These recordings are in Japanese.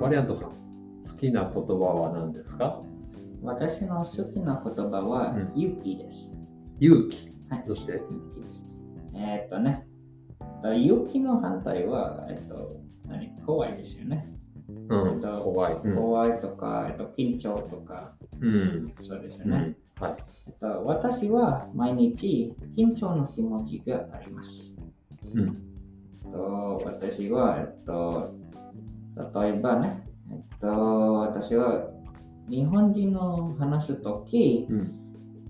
バリアントさん、好きな言葉は何ですか私の好きな言葉はうん、勇気です。勇気。はいどうして勇気です。えーっとね、と勇気の反対は、えっと、何怖いですよね。うえっん、と怖い。うん。怖いとか、えっと、緊張とか、うん。そうですようね。んはい。えっと、私は毎日緊張の気持ちがあります。うん。えっと、私は、えっと、例えばね、えっと、私は日本人の話すとき、うん。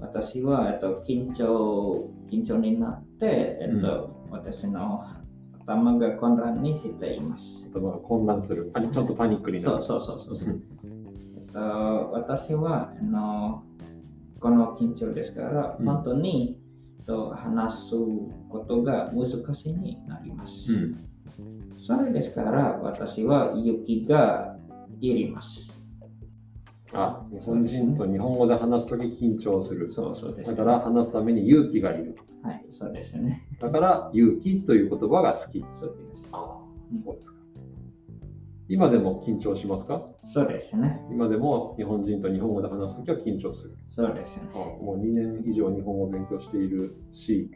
私は、えっと、緊張、緊張になって、えっと、私の頭が混乱にしています。頭が混乱する。パニちょっとパニックにそなうる。そうそうそう。うんえっと、私はあのこの緊張ですから、うん本当に、えっと、話すことが難しいになります。うん。それですから私は勇気がいります。あ、日本人と日本語で話すとき緊張する。そうそうです、だから話すために勇気がいる。はい、そうですね。だから勇気という言葉が好き。そうです。ああ、そうですか。今でも緊張しますかそうですね。今でも日本人と日本語で話すときは緊張する。そうですね。あもう2年以上日本語を勉強しているし、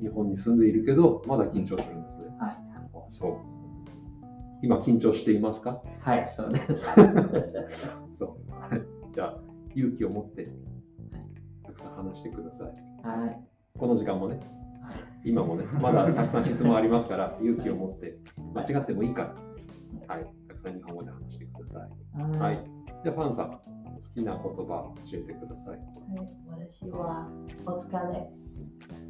日本に住んでいるけど、まだ緊張するんですね。はいあそう。今緊張していますかはい、そうです。そう。 はいじゃあ、勇気を持って、たくさん話してください。はい。この時間もね、今もね、まだたくさん質問ありますから、勇気を持って、間違ってもいいから、はい、たくさん日本語で話してください。はい。はい。じゃあ、ファンさん、好きな言葉教えてください。はい、私はお疲れ。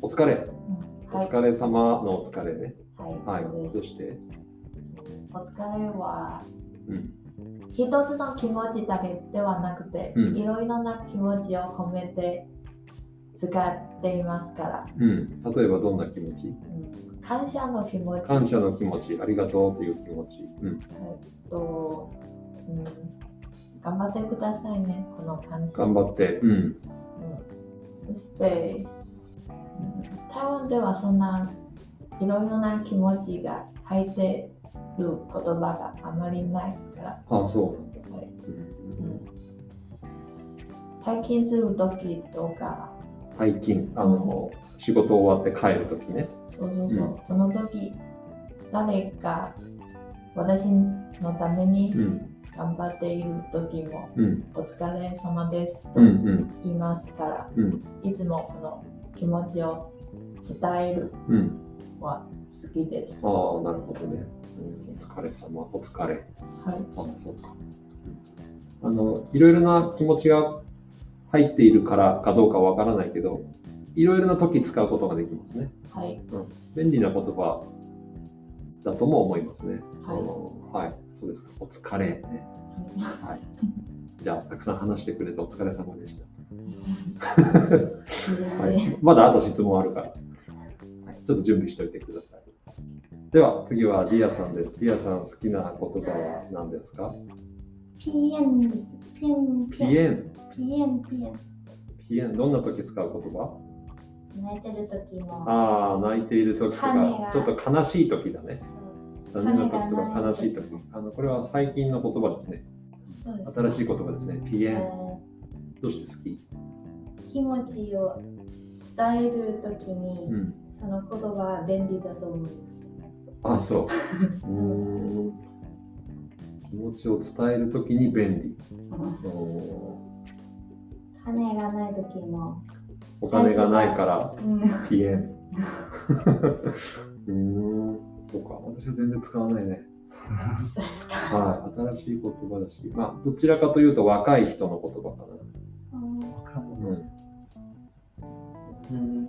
お疲れ。うんおはい、疲れ様のお疲れね。は。はいい、そうどでうす。してお疲れはうん。一つの気持ちだけではなくて、うんいろいろな気持ちを込めて使っていますから、うん。例えば、どんな気持ちうん感謝の気持ち感謝の気持ち、ありがとうという気持ち。うん。と、うん、頑張ってくださいね、この感謝。頑張って。うん。うんそして、うん台湾ではそんないろいろな気持ちが入ってる言葉があまりないから、ああ、そう。はいうんうん退勤するときとか、最近あの、仕事終わって帰るときね、そうそうそううんその時誰か私のためにうん頑張っている時も、うんお疲れ様ですとうんうん言いますから、うんいつもこの気持ちを伝えるうんのは好きです。ああはなるほどね、うん、お疲れ様お疲れい、あそうか、うんあのいろいろな気持ちが入っているからかどうかわからないけどいろいろな時使うことができますねはい、便利な言葉だとも思いますねはい、いはい、そうですかお疲れ、ね、はいじゃあたくさん話してくれてお疲れ様でしたは はいい、まだあと質問あるから、はい、ちょっと準備しておいてください。では次はディアさんです。ディアさん好きな言葉は何ですかピエン、ピエン、ピピエン、エン。ピエン、ピエン。ピエン、どんな時使う言葉泣いてる時も、ああ、泣いている時と種かが、ちょっと悲しい時だね。残念な時とか種がない悲しい時。あのこれは最近の言葉ですね。そうです新しい言葉ですね。ピエえン。どうして好きー気持ちを伝える時に、うん。その言葉は便利だと思う。あ そう。うーん。気持ちを伝える時に便利。お金がない時も、お金がないからうん、ピ エン。うーん、そうか、私は全然使わないね。そうですか。はい、新しい言葉だし、まあ、どちらかというと若い人の言葉かうんな。うん。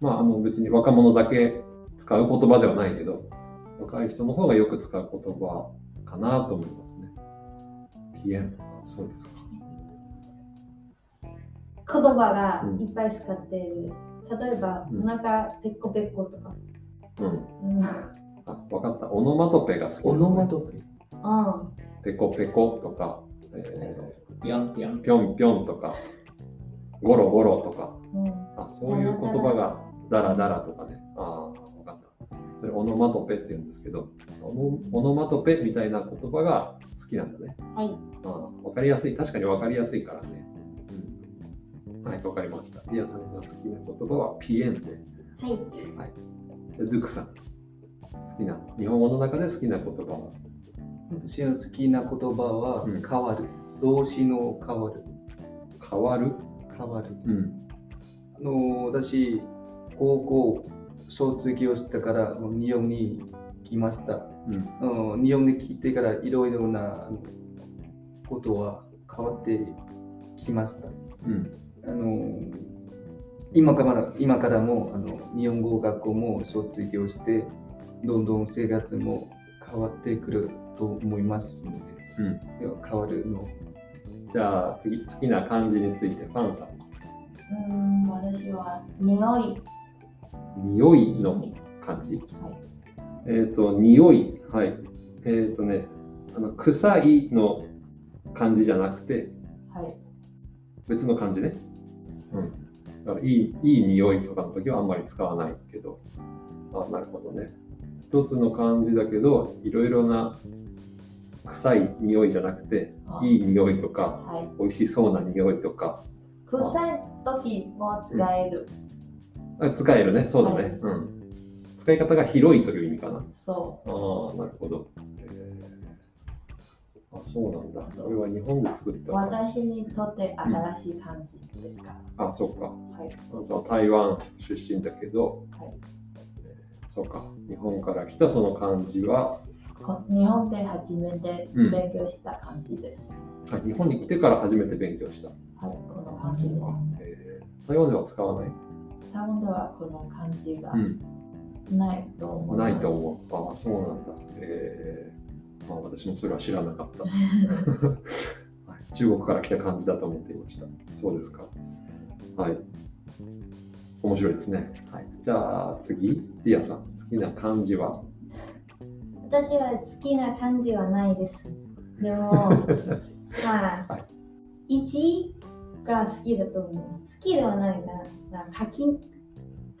まあ、あの、別に若者だけ使う言葉ではないけど、若い人の方がよく使う言葉かなと思いますね。ピエン、そうですか。言葉がいっぱい使っている。例えば、うんお腹ペッコペッコとか。うん。うん。あ、わかった。オノマトペが好き、オノマトペ。うペコペコとか、えーピョンピョン。ぴょんぴょんとか、ゴロゴロとか、ん。あそういう言葉がダラダラとかね。ああ、分かった。それオノマトペって言うんですけど、オノオノマトペみたいな言葉が好ききなんだね。はい。まあ、わかりやすい、確かにわかりやすいからね。はい、わかりました。リアさんが好きな言葉はピエンね。はい。セズクさん。好きな、日本語の中で好きな言葉は。私の好きな言葉はうん変わる、動詞の変わる変わる。変わる、うん。あの私高校卒業してからもう日本に来ました、うん。うん、日本に来てからいろいろなあのことは変わってきましたうん。あの今から今からもあの日本語学校も卒業してどんどん生活も変わってくると思いますので、変わるのじゃあ、次、好きな漢字について、ファンさん。うーん、私は匂い。匂いの漢字。はいえっ、と、匂い。はい。えっ、とね、あの、臭いの漢字じゃなくて、はい。別の漢字ね。うん。だからいい、いい匂いとかの時はあんまり使わないけど。あ、なるほどね。一つの漢字だけど、いろいろな臭い匂いじゃなくて、あいい匂いとか、はい。美味しそうな匂いとか、臭い時も使える。あ使えるね。そうだね。うん。使い方が広いという意味かな。あそあー、なるほど。へーあ、そうなんだ。これは日本で作っう。たのかな。私にとって新しい感じですから。あ、そうか。はい。あのさ台湾出身だけど、はいえーそうか日本から来たその漢字はこ日本で初めてうん勉強した感じです。あ日本に来てから初めて勉強したはい。この感じです。えー台湾では使わない、多分ではこの感じがうん、ないと思います。 ないと思うああそうなんだ、えーまあ、私もそれは知らなかった、はい、中国から来た漢字だと思っていましたそうですかはい面白いですね、はい、じゃあ次ディアさん好きな漢字は私は好きな漢字はないです。で も、まはあ、一が好きだと思う。好きではないな。なんか書き、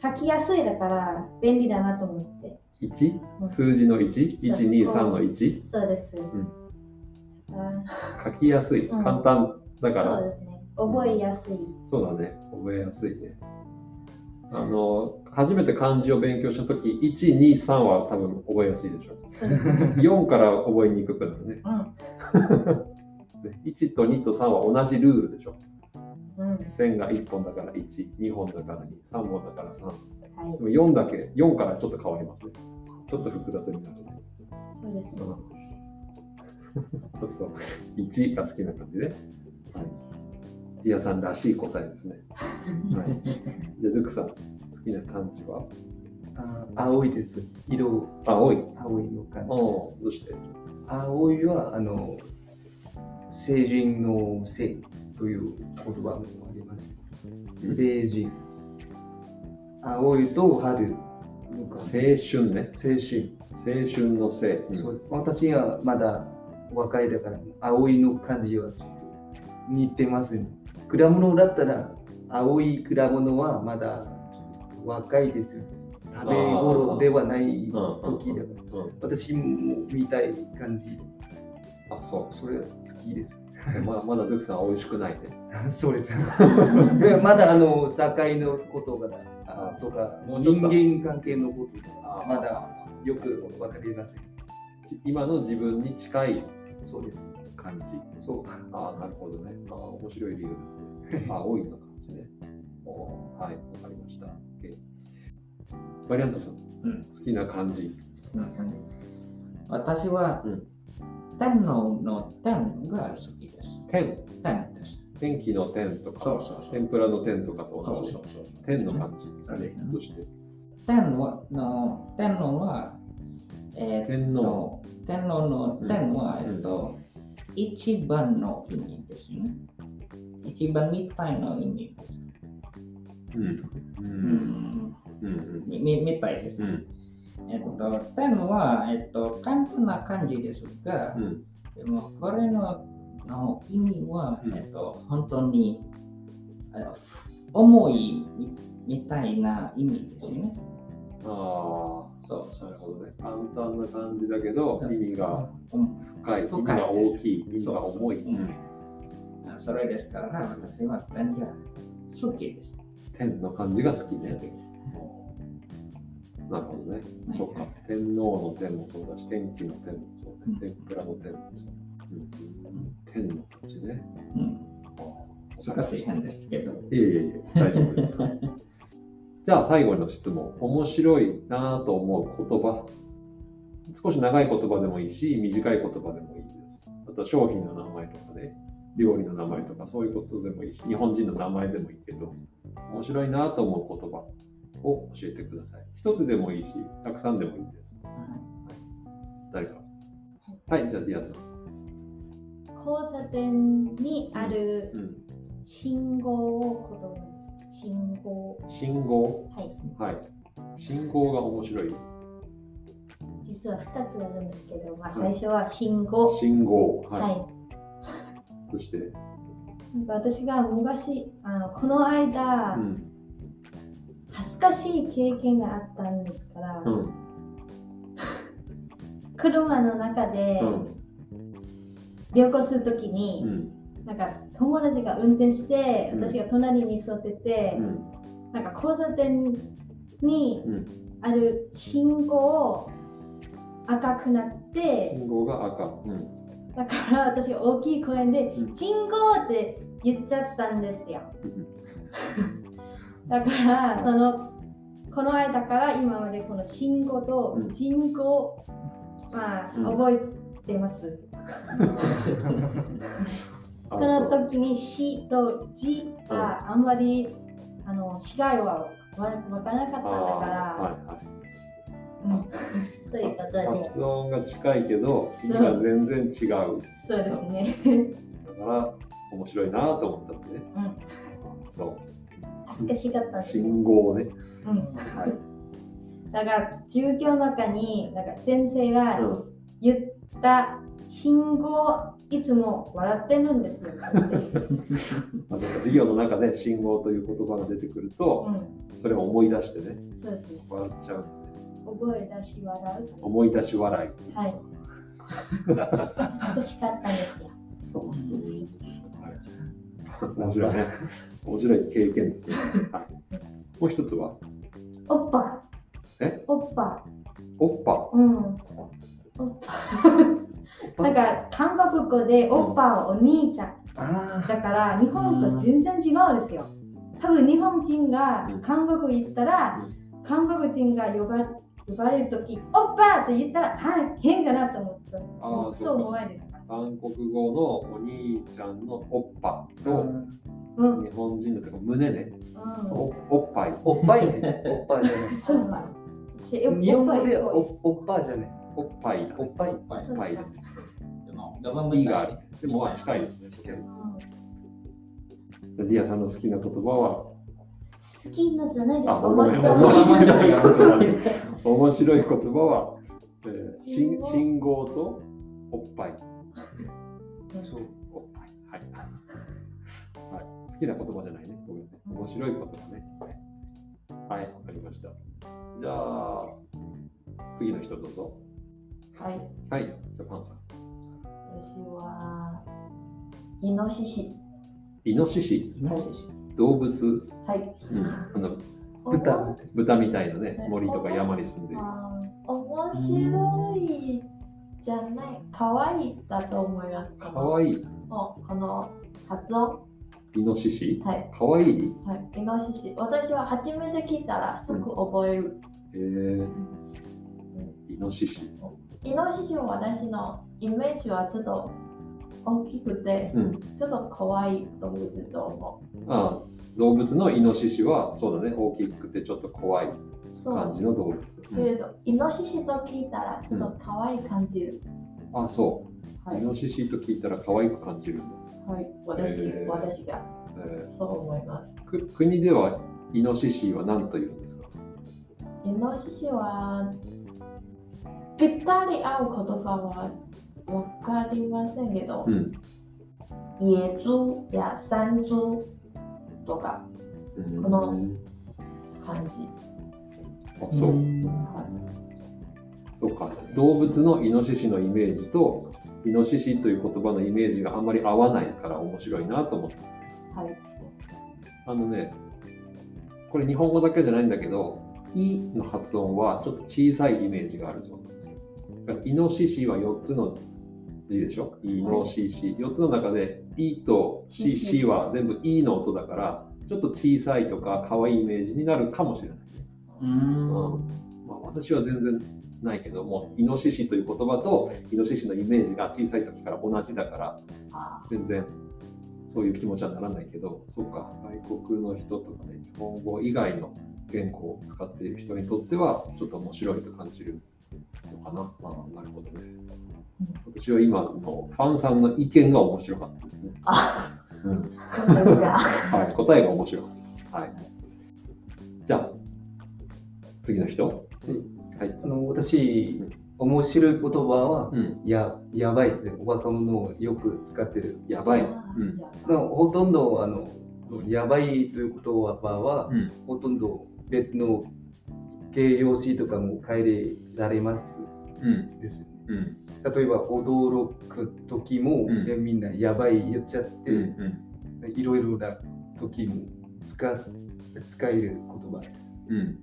書きやすいだから便利だなと思って。う 1? ん数字の 1?123 の 1? そうです。んあ書きやすい、うん簡単だから、そうですね。覚えやすい。そうだね覚えやすいねあの初めて漢字を勉強した時123は多分覚えやすいでしょ4から覚えにくくなるねうん。 で1と2と3は同じルールでしょうん。はい。線が1本だから12本だから23本だから3でも4だけ4からちょっと変わりますねちょっと複雑になるねそうですね。うんそう、1が好きな感じで、はい、リアさんらしい答えですね。はい、じゃあ、ルクさん、好きな漢字はあ青いです色青い。青いのかなおーどうして青いはあの成人の性という言葉もあります成人青いと春のか青青春ね。春、青春の青。うんそうです私はまだ若いだから青いの感じはちょっと似てますね果物だったら青い果物はまだちょっと若いですよ食べ頃ではない時だからうんうん私も見たい感じあ、そそれは好きです。う。まだまだルクさんは美味しくないね。 そうです。まだあの境のことがあとかもうちょっ人と間関係のことあがまだよくわかりません。ち今の自分に近いそうです。感じ。そう。ああ、なるほどね。ああ、面白い理由ですね。青いの感じね。おおはい、わかりました。OK バリアントさん、うん好きな漢字。そんな感じ私は、うん天皇の天が好きです。天、天です。天気の天とか、そうそうそう天ぷらの天とかとそ同うじそねうそう。天の漢字。そうですねどうして天皇の天皇は、えーっ天皇。と、天皇の天は、うんえーっと、一番の意味ですね。一番みたいの意味です。うん。う。うんん、うん。みみみたいです。うん。えーっと、天は、えーっと、簡単な漢字ですが、うん。でもこれのの意味は、うんえっと、本当にあの思いみみたいな意味ですよね。ああ、そそうなるほどね。簡単な感じだけど、意味がうん深い、意味深いが大きい、意味が重い。そうそううんあそれですから私は単純好きです天の感じが好き好きね。ですなるほどね。はいそうか。天皇の天もそうだし、天気の天もそうね。うん天ぷらの天もそう。うん天の感じね。うん難しい変ですけどいえいえいえ、大丈夫 ですか。じゃあ最後の質問。面白いなぁと思う言葉。少し長い言葉でもいいし、短い言葉でもいいです。あと商品の名前とかね、料理の名前とかそういうことでもいいし、日本人の名前でもいいけど、面白いなぁと思う言葉を教えてください。一つでもいいし、たくさんでもいいです。誰か。はい、じゃあディアさん。交差点にあるうん、信号を言葉に信号信号。はいはい。信号が面白い。実は2つあるんですけど、まあ、はい最初は信号、信号。はいはい。そして、なんか私が昔あのこの間、うん。恥ずかしい経験があったんですから、うん車の中でうん旅行するときにう、んなんか友達が運転してうん私が隣に座っててう、んなんか交差点にうんある信号赤くなって信号が赤、うん、だから私が大きい声でう「信号!」って言っちゃったんですよだからそのこの間から今までこの信号とうん人号、まあうん覚えてます、あその時に「し」と「じ」があんまりあの視界は悪く分からなかったあんーだからはということいはい、で発音が近いけど意味が全然違うだかそうですねら面白いなと思ったんでね、そ恥ずかしかったうです、信号ね、うん、はいだから授業の中になんか先生うがん、言った信号いつも笑ってる んですよ、まあ、その授業の中で信号という言葉が出てくるとう、ん、それを思い出してねそうですね笑っちゃうんでね覚え出し笑思い出し笑 うはい恥ずかしかったんですよいそう、はい面白面白いいね面白い経験ですね、はい、もう一つはおっぱえおっぱおっぱうんおっぱなんか韓国語でおっぱはお兄ちゃんあだから日本と全然違うんですよ。多分日本人が韓国行ったら、韓国人が呼ば呼ばれるとき、おっぱって言ったら、はい、変だなと思ってあーた。そうかそう思われる。韓国語のお兄ちゃんのおっぱあとうん。うん。日本人だとか胸ね、Ah, おおっぱい、おっぱいねおっぱいじゃないそうか。日日本語でおおっぱいじゃないおっぱいだおね、っぱいおっぱいだね。でも我慢いがあり、でもまあ近いですね。ディアさんの好きな言葉は、好きなじゃないです。あ面面白い。白い面白い言葉は、えー、信信号とおっぱい。そうおっぱい。はい。はい、好きな言葉じゃないね。ごめんね。面白い言葉ね。はい、わかりました。じゃあ、次の人どうぞ。はい、はい、じゃあパンさん。私はイノシシ。イノシシ、動物、はい。あの豚豚みたいなね、森とか山に住んでいる。あー面白いじゃない、可愛いだと思います。かこのわいい、もうこの発音。イノシシ。はい。かわいいはい、イノシシ。私は初めて聞いたらすぐ覚える。えー、イノシシ。イノシシも私のイメージはちょっと大きくて、うん。ちょっと可愛い動物と思。ああ動物のイノシシは、そうだね、大きくてちょっと怖いうそ感う。じの動物。けれど、イノシシと聞いたらちょっと可愛い感じる。うんあ、そう。はイい。ノシシと聞いたら可愛く感じるんだ。はい、私、えー私がえそう思います。ーく国ではイノシシは何と言うんですかイノシシはぴったり合う言葉はわかりませんけどう、ん。野猪や山猪とかうんこの感じ。あそう。は動物のイノシシのイメージとイノシシという言葉のイメージがあんまり合わないから面白いなと思って はい。あのねこれ日本語だけじゃないんだけど「イ」の発音はちょっと小さいイメージがあるそうなんですよだからイノシシは4つの字でしょイノシシ、4つの中で「イ」と「シシ」は全部「イ」の音だからちょっと小さいとか可愛いイメージになるかもしれないうん。まあ、私は全然ないけどもイノシシという言葉とイノシシのイメージが小さい時から同じだからあ全然そういう気持ちはならないけどそうか外国の人とかね日本語以外の言語を使っている人にとってはちょっと面白いと感じるのかな、まあ、なるほどね私は今のファンさんの意見が面白かったですね、あ、うん、そうですか。はい、答えが面白い。はい。じゃあ、次の人。はい。あの私、面白い言葉は、うん、ややばいって若者をよく使ってる。やばい。うあん。でもほとんどあのやばいという言葉は、うんほとんど別の形容詞とかも変えられますうん。です、ね。うん。例えば驚く時も、うんでみんなやばい言っちゃって、うん。いろいろな時も使っ使える言葉です。うん。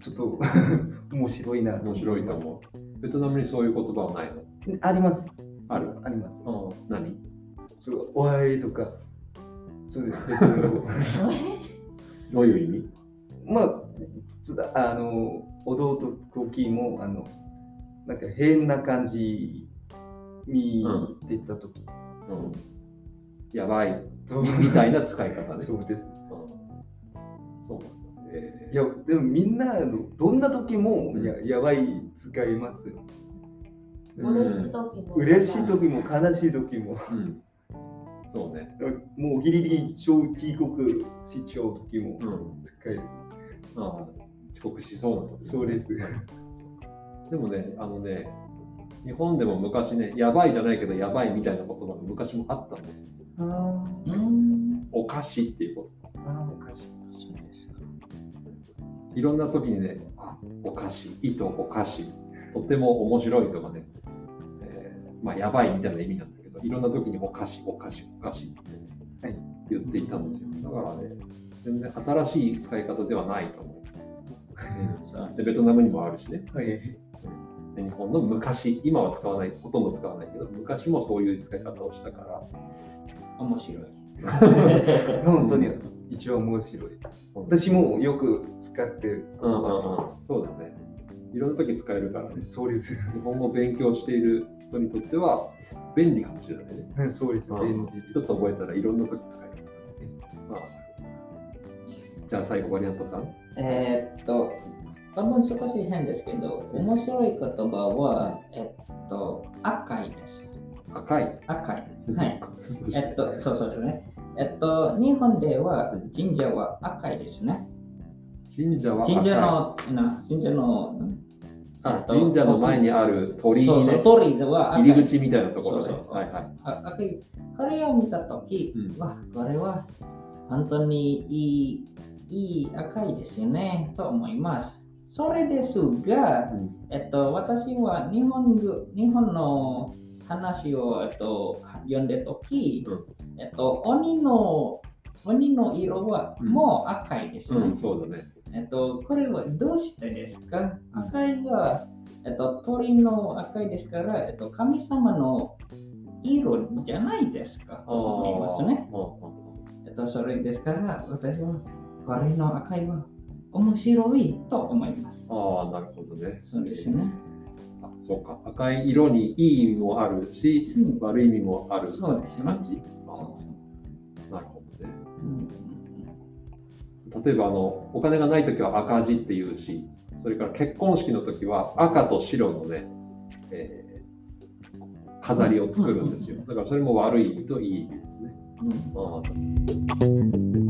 ちょっと 面白いな面白いと思う。ベトナムにそういう言葉はないのう。あります。ある。あります。うん。何それはおはいとか、そうです。別のこ どういう意味うまあ、ちょっとあの、踊る時も、あの、なんか変な感じに出た時、うん。やばい。そうみみたいな使い方ね。そうでうす。んそうなんだ。えいや、でもみんなあの、どんな時も、うんいややばい使います。ううんれしい時も。嬉しい時も悲しい時も、ーうん。そうね。もうギリギリ超遅刻しちゃう時もうん。使える。あー遅刻しそうな時そうです。でもね、あのね、日本でも昔ね、やばいじゃないけど、やばいみたいな言葉が昔もあったんですよ。うん。お菓子っていうこあおかしい。そうですか。と。いろんな時にね、あお菓子、糸お菓子、とても面白いとかね、えーまあ、やばいみたいな意味なんだけど、いろんな時にお菓子、お菓子、お菓子って、はい言っていたんですよ。だからね、全然新しい使い方ではないと思そうう。で、ベトナムにもあるしね。はい。で日本の昔、今は使わない、ほとんど使わないけど、昔もそういう使い方をしたから、面白い。本当に一番面白い。私もよく使ってるう言んうんう葉ん、そうだね。いろんな時使えるからね。で。そうです。日本語を勉強している人にとっては便利かもしれないね。そうです。便利一つ覚えたらいろんな時使えるからね。まあ、じゃあ最後、バリアントさん。えーっと、多分少し変ですけど、面白い言葉は、えっと、赤いです。赤い。赤い。 はい。えっと、そうそうですね。えっと、日本では神社は赤いですね。神社は赤い神社の、な神社の、あ神社の前にある鳥居そうね、そう鳥居は赤い入り口みたいなところね。そうそうはいはい。あ赤い。これを見たとき、うんわ、これは本当にいい、いい赤いですよね、と思います。それですが、うんえっと、私は日本語日本の話を、えっと、読んでとき、えっと、鬼の鬼の色はうんもう赤いですね。うん、そうだね。えっと、これはどうしてですか赤いは、えっと、鳥の赤いですから、えっと、神様の色じゃないですかと思いますね。あえっと、それですから、私はこれの赤いは面白いと思います。ーあー、なるほどね。そうですね。あそうか。赤い色にいい意味もあるし、うん悪い意味もあるそうですね感。じ。あーそうそうなるほどね。うん例えばあのお金がない時は赤字っていうしそれから結婚式の時は赤と白のね、えー飾りを作るんですよだからそれも悪い意味といい意味ですね。うんあー